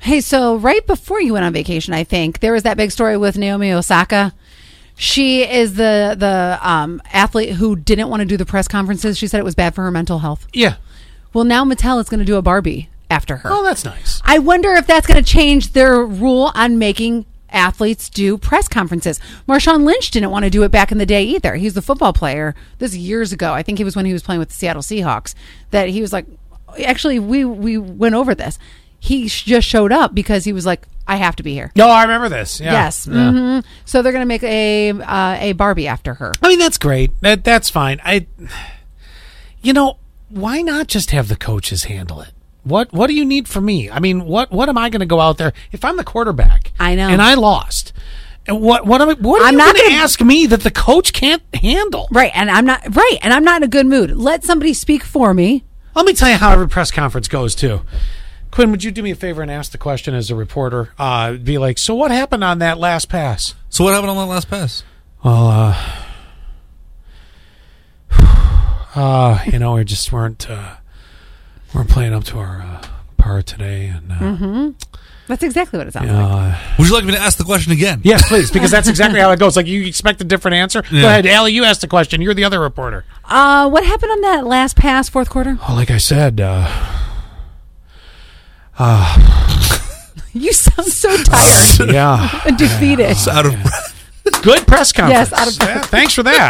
Hey, so right before you went on vacation, I think there was that big story with Naomi Osaka. She is the the um, athlete who didn't want to do the press conferences. She said it was bad for her mental health. Yeah. Well, now Mattel is going to do a Barbie after her. Oh, that's nice. I wonder if that's going to change their rule on making athletes do press conferences. Marshawn Lynch didn't want to do it back in the day either. He's the football player. This is years ago, I think he was when he was playing with the Seattle Seahawks. That he was like, actually, we we went over this. He sh- just showed up because he was like, I have to be here. No, I remember this. Yeah. Yes. Yeah. hmm So they're going to make a uh, a Barbie after her. I mean, that's great. That that's fine. I, you know, why not just have the coaches handle it? What What do you need from me? I mean, what What am I going to go out there if I'm the quarterback? I know. and I lost. And what What am I? What are I'm you not going to gonna- ask me that the coach can't handle? Right, and I'm not right, and I'm not in a good mood. Let somebody speak for me. Let me tell you how every press conference goes too. Quinn, would you do me a favor and ask the question as a reporter? Uh, be like, so what happened on that last pass? So what happened on that last pass? Well, uh, uh, you know, we just weren't uh, weren't playing up to our uh, par today, and uh, That's exactly what it sounds like. uh, Would you like me to ask the question again? yes, please, because that's exactly how it goes. Like you expect a different answer. Go Yeah. ahead, Allie. You asked the question. You're the other reporter. Uh, what happened on that last pass, fourth quarter? Well, like I said, uh, You sound so tired yeah, and defeated. Out of breath. good press conference. out of- Yeah, thanks for that.